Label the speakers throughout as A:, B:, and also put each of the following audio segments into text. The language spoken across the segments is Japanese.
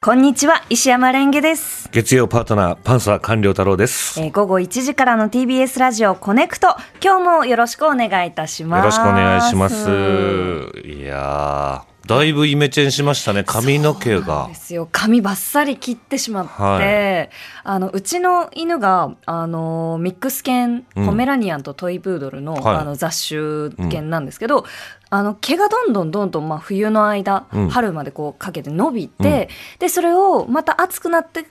A: こんにちは石山レンゲです、
B: 月曜パートナー、パンサー官僚太郎です。よ
A: えー午後1時からの TBS ラジオコネクト今日もよろしくお願いいたします
B: ろしくお願いします。いやー、だいぶイメチェンしましたね、髪の
A: そう
B: 毛
A: なん
B: が
A: で。すよ髪ばっさり切ってしまって、
B: は
A: あのうちの犬があのミックス犬、
B: うん
A: ポメラニアンとトイプードルの,、
B: はい
A: あの雑種犬なんですけど、あの毛がどんどんどんどん、まあ、冬の間、
B: うん
A: 春までこうかけて伸びて、でそれをまた暑くなってっ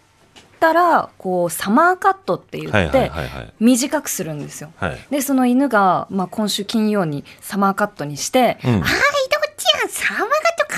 A: たらこうサマーカットって言って、
B: はいはいはいはい。
A: 短くするんですよ。
B: はい。
A: でその犬が、まあ、今週金曜にサマーカットにして、
B: うん
A: ああいとこちゃんサマーカット可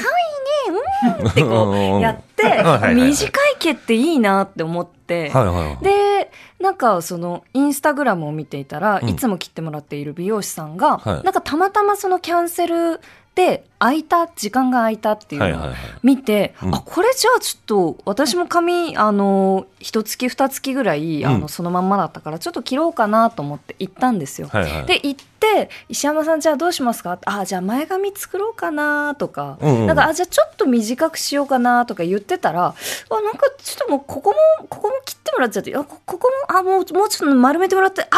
A: 愛いねうんって
B: うんうん
A: こ
B: うん
A: うやっ
B: はいはいはい
A: て短い毛っていいなって思って、
B: はいはいはい。
A: でなんかそのインスタグラムを見ていたら、
B: うん
A: いつも切ってもらっている美容師さんが、
B: はい
A: なんかたまたまそのキャンセルで空いた時間が空いたっていうの
B: は
A: を
B: いはいはい。
A: 見て、
B: うん
A: あこれじゃあちょっと私も髪あの一月二月ぐらいあ
B: う
A: の
B: ん
A: そのまんまだったからちょっと切ろうかなと思って行ったんですよ。
B: はいはい。
A: で行って石山さんじゃあどうしますかあじゃあ前髪作ろうかなとか、
B: うんうん
A: なんかあじゃあちょっと短くしようかなとか言ってたらあなんかちょっともうここもここも切ってもらっちゃってあこここもあもうもうちょっと丸めてもらってあっ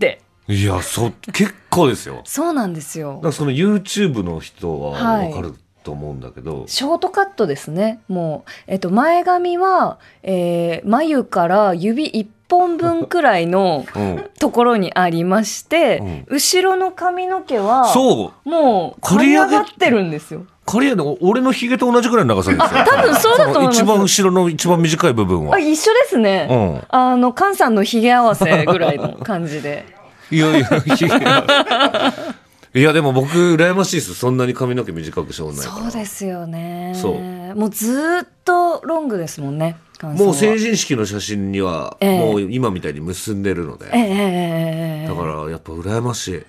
A: て
B: いや、そう、結構ですよ。
A: そうなんですよ
B: だからその YouTube の人は
A: はい
B: わかると思うんだけど、
A: ショートカットですね。もう、えっと、前髪は、えー眉から指一本分くらい の
B: うん。
A: ところにありまして、後ろの髪の毛は、
B: そう
A: もう、
B: 刈
A: 刈
B: り
A: り
B: 上
A: 上
B: げ
A: がってるんですよ。
B: 刈り上げの俺のヒゲと同じぐらいの長さですよ。
A: あ多分そうだと思います
B: その一番後ろの一番短い部分は
A: あ、。一緒ですね。
B: うん。
A: あの、菅さんのヒゲ合わせぐらいの感じ で。
B: いやいや、いやで も僕羨ましいです。そんなに髪の毛短くしようないか
A: そ
B: ら。
A: うですよね。
B: そう
A: もうずーっとロングですもんね、菅さんは
B: もう成人式の写真には、
A: ええ
B: もう今みたいに結んでるので、
A: ええええええええ
B: だからやっぱ羨ましい。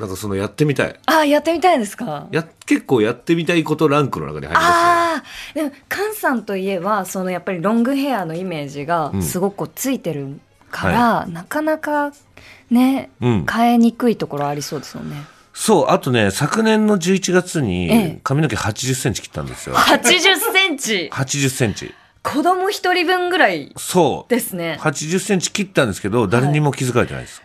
B: なんかそのやってみたい。
A: あ、やってみたいですか
B: や、結構やってみたいことランクの中に入りま
A: ああでも菅さんといえばそのやっぱりロングヘアのイメージが
B: うん
A: すごくこうついてるから、なかなかね
B: すね。うん。
A: 変えにくいところありそうですよね。
B: そう、あとね、昨年の11月
A: え
B: に
A: え
B: 髪の毛80センチ切ったんですよ。
A: 80センチ
B: 80センチ。
A: 子供一人分ぐらい
B: そう。
A: ですね。
B: 80センチ切ったんですけど、誰にも気づかれてないです。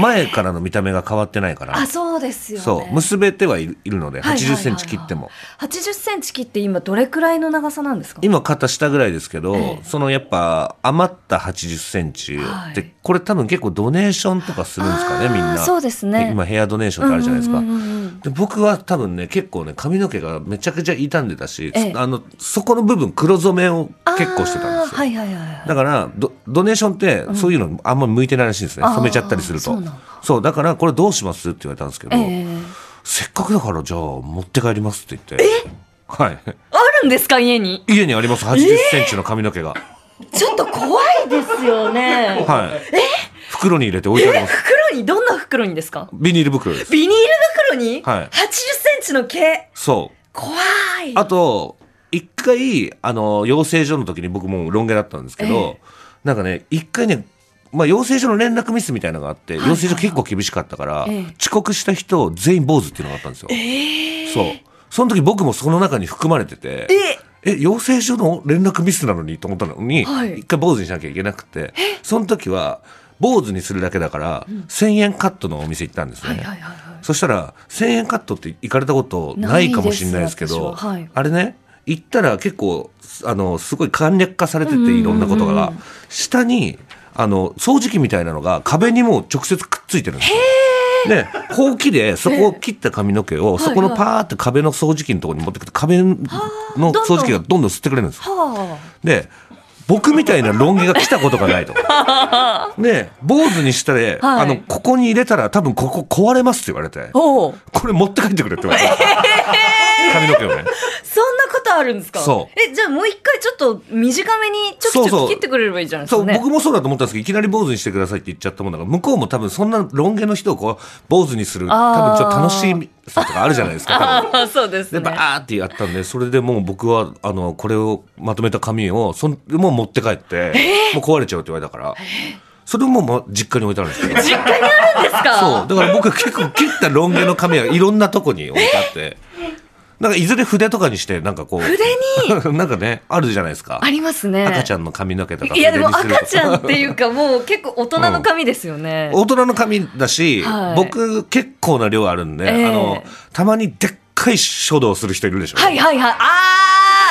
B: 前からの見た目が変わってないから。
A: あそうですよね。
B: そう、結べてはいるいるので、
A: はいはいはいは
B: 80
A: い
B: センチ切っても。
A: 80センチ切って今どれくらいの長さなんですか
B: 今肩下ぐらいですけど、
A: ええ
B: そのやっぱ余った80センチって、
A: はい
B: これ多分結構ドネーションとかするんですかね、
A: あー
B: みんな。
A: そうですね
B: で今ヘアドネーションってあるじゃないですか。
A: うんうんうんうん
B: で僕は多分ね結構ね髪の毛がめちゃくちゃ傷んでたし、
A: ええ
B: あのそこの部分黒染めを結構してたんです
A: あーは
B: よ
A: いはいはいはい。
B: だからドドネーションってそういうのあんま向いてないらしいんですね、
A: あー
B: 染めちゃったりすると
A: そうなんだ
B: そうだからこれどうしますって言われたんですけど、
A: ええ
B: せっかくだからじゃあ持って帰りますって言ってはい
A: あるんですか家に。
B: 家にあります8 0センチの髪の毛が、
A: ちょっと怖いですよね。
B: はい袋に入れて置いてあります
A: 袋にどんな袋にですか
B: ビニール袋です
A: ビニール袋に、
B: はい
A: 80センチの毛
B: そう
A: 怖い
B: あと一回あの養成所の時に僕もうロン毛だったんですけど、なんかね一回ねまあ、養成所の連絡ミスみたいなのがあって、
A: はいはい
B: 養成所結構厳しかったから、
A: ええ
B: 遅刻した人全員坊主っていうのがあったんですよ。
A: えー、
B: そう。その時僕もその中に含まれてて、
A: え
B: え、養成所の連絡ミスなのにと思ったのに、
A: はい
B: 一回坊主にしなきゃいけなくて、その時は、坊主にするだけだから、1000円カットのお店行ったんですね。
A: はいはいはいはい
B: そしたら、1000円カットって行かれたことないかもしれないですけ
A: ない
B: ど、
A: です私ははい
B: あれね、行ったら結構、あの、すごい簡略化されてて、
A: うんうんうんうん
B: いろんなことが、下に、あの、掃除機みたいなのが壁にもう直接くっついてるんですよ。で、ほうきでそこを切った髪の毛
A: え
B: を、
A: え
B: そこのパーって壁の掃除機のところに持ってくると、壁の掃除機がどんどん吸ってくれるんですよ。
A: は
B: で、僕みたいなロン毛が来たことが ないと。で、坊主にしたで、
A: はい
B: あの、ここに入れたら多分ここ壊れますって言われて
A: あ。、おう
B: これ持って帰ってくれって言われ て。髪の毛をね。
A: そんなことあるんですか
B: そう
A: え、じゃあもう一回ちょっと短めにちょ
B: そう
A: きち
B: そ
A: ょ
B: う
A: き切ってくれればいいじゃないです
B: そ
A: か
B: う、
A: ね。
B: 僕もそうだと思ったんですけど、いきなり坊主にしてくださいって言っちゃったもんだから、向こうも多分そんなロン毛の人をこう、坊主にする、多
A: あー
B: 分ちょっと楽しいさとかあるじゃないですか。多 分
A: ああ、そうです
B: で、
A: ね。
B: バーってやったんで、それでもう僕は、あの、これをまとめた紙を、そんもう持って帰って、もう壊れちゃうって言われたから、それももう実家に置いてあるんですけど。
A: 実家にあるんですか
B: そう。だから僕は結構切ったロン毛の髪はいろんなとこに置いてあって。なんかいずれ筆とかにしてなんかこう
A: 筆に
B: なんかねあるじゃないですか
A: ありますね
B: 赤ちゃんの髪の毛とか
A: いやでも
B: 筆に
A: 赤
B: す
A: ち
B: ると
A: ゃんっていうかもう結構大人の髪ですよね、
B: 大人の髪だし、
A: はい
B: 僕結構な量あるんで、
A: ええ
B: あのたまにでっかい書道する人いるでしょ、
A: はいはいはいあ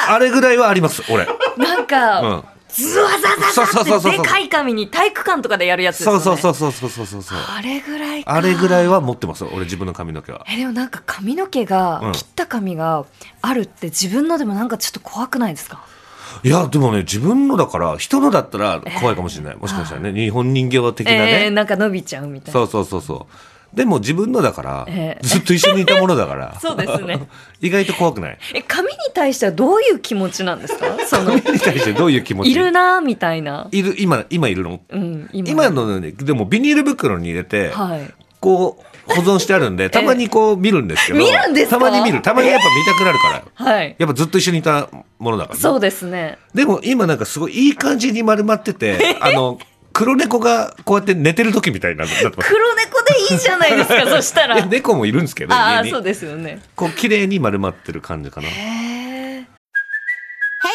B: あれぐらいはあります 俺
A: ーなん
B: う
A: か
B: ん、
A: ズワザ
B: そう
A: ザ
B: そ
A: ザ
B: うそう
A: っ
B: そ
A: て
B: う
A: でかい紙に体育館とかでやるやつですよ
B: そ
A: ね
B: うそうそうそうそうそうそうそう
A: あれぐらいか
B: あれぐらいは持ってます俺自分の髪の毛は
A: えでもなんか髪の毛が、
B: うん
A: 切った髪があるって自分のでもなんかちょっと怖くないですか
B: いやでもね自分のだから人のだったら怖いかもしれない、もしかしたらね日本人形的な
A: え
B: ね、
A: ー、なんか伸びちゃうみたいな
B: そうそうそうそうでも自分のだから、
A: ええ
B: ずっと一緒にいたものだから
A: そうですね
B: 意外と怖くない
A: え髪に対してはどういう気持ちなんですかその
B: 髪に対してどういう気持ち
A: いるなーみたいない
B: る今今いるの
A: うん
B: 今のねでもビニール袋に入れて、
A: はい
B: こう保存してあるんでたまにこう見るんですけど、
A: 見るんですか
B: たまに見るたまにやっぱ見たくなるから、
A: はい
B: やっぱずっと一緒にいたものだからね、
A: そうですね
B: でも今なんかすごいいい感じに丸まっててあの黒猫がこうやって寝てる時みたいになってます
A: 黒猫でいいじゃないです かそしたら
B: いや猫もいるんですけど
A: ああ
B: 家
A: そ
B: に
A: うですよね
B: こう綺麗に丸まってる感じかな
A: へー
C: Hey,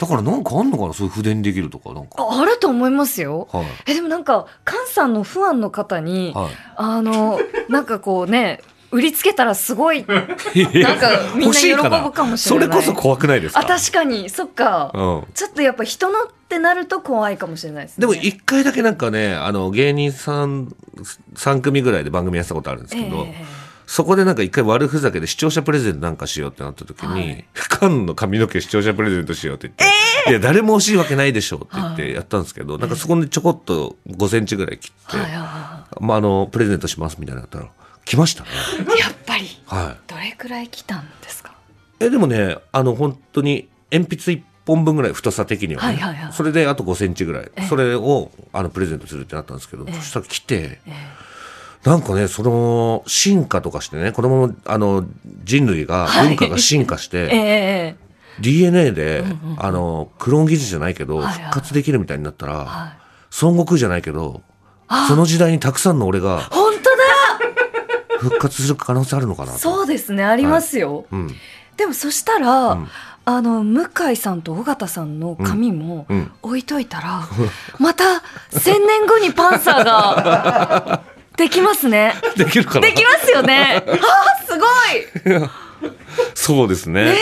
B: だからなんかあんのかなそういう筆にできるとかなんか
A: ああると思いますよ、
B: はい
A: えでもなんか菅さんのファンの方に、
B: はい
A: あのなんかこうね売りつけたらすごいなんかみんな
B: 欲し
A: 喜
B: い
A: ぶ
B: かな
A: かもし
B: そ
A: れな
B: れ
A: い
B: こそ怖くないですか
A: あ確かにそっか、
B: うん
A: ちょっとやっぱ人のってなると怖いかもしれないですね
B: でも一回だけなんかねあの芸人さん3組ぐらいで番組やってたことあるんですけど、
A: ええ
B: そこでなんか一回悪ふざけで視聴者プレゼントなんかしようってなった時に、カンの髪の毛視聴者プレゼントしようって言って、いや誰も欲しいわけないでしょうって言ってやったんですけど、なんかそこにちょこっと5センチぐらい切って、
A: はいはいは
B: まあ、あのプレゼントしますみたいなのだったら来ましたね。
A: いやっぱり
B: は
A: どれくらい来たんですか
B: い、えでもねあの本当に鉛筆1本分ぐらい太さ的には,、
A: は
B: ね
A: いはいはい
B: それであと5センチぐらいそれをあのプレゼントするってなったんですけど、そしたら来て。なんかね、その進化とかしてね、このままあの人類が、文化が進化して、
A: ええ
B: DNA で、あの、クローン技術じゃないけど、
A: はいはい
B: 復活できるみたいになったら、孫悟空じゃないけど、その時代にたくさんの俺が
A: 本当だ
B: 復活する可能性あるのかな と。
A: そうですねありますよ、
B: うん。
A: でもそしたら、あの向井さんと尾形さんの髪も
B: うんうん
A: 置いといたら、また1000年後にパンサーが できますね。
B: できるかな
A: できますよ ね。ああすごい。
B: そうですね。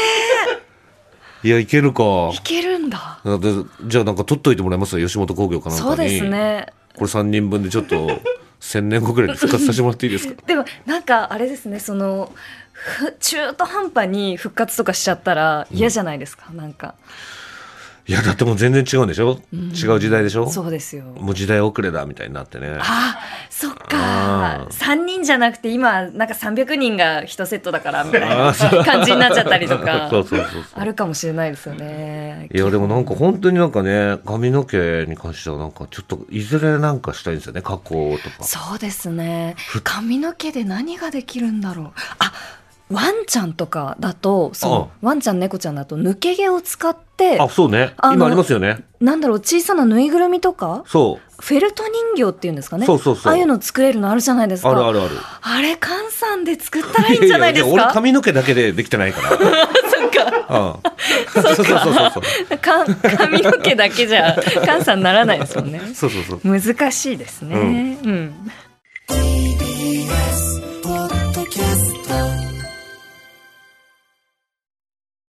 B: いや、いけるか。
A: いけるんだ。
B: だってじゃあなんか取っといてもらえます吉本興業かなんかに。
A: そうですね。
B: これ3人分でちょっと、1000年後くらいに復活させてもらってい いですか
A: でもなんかあれですねそのふ中途半端に復活とかしちゃったら嫌じゃないですか、なんか
B: いや、だってもう全然違うんでしょ、違う時代でしょ
A: そうですよ。
B: もう時代遅れだみたいになってね。
A: あそっか
B: うん
A: 3人じゃなくて今なんか300人が1セットだからみたい な感じになっちゃったりとか
B: そうそうそうそう。
A: あるかもしれないですよね
B: いやでもなんか本当になんかね髪の毛に関してはなんかちょっといずれなんかしたいんですよね加工とか
A: そうですね髪の毛で何ができるんだろうあワンちゃんとかだとそのワンちゃん猫ちゃんだと抜け毛を使って
B: あそうね
A: あの
B: 今ありますよね
A: なんだろう小さなぬいぐるみとか
B: そ
A: フェルト人形っていうんですかね
B: そうそうそう
A: ああいうの作れるのあるじゃないです
B: う
A: か
B: あるあるある
A: あれ菅さんで作ったらいいんじゃないですか
B: やや俺髪の毛だけでできてないから そっかうんそうそうそうそう
A: か髪の毛だけじゃ菅さんならないですもんね
B: そうそうそう
A: 難しいですね、うん
D: ポッドキャスト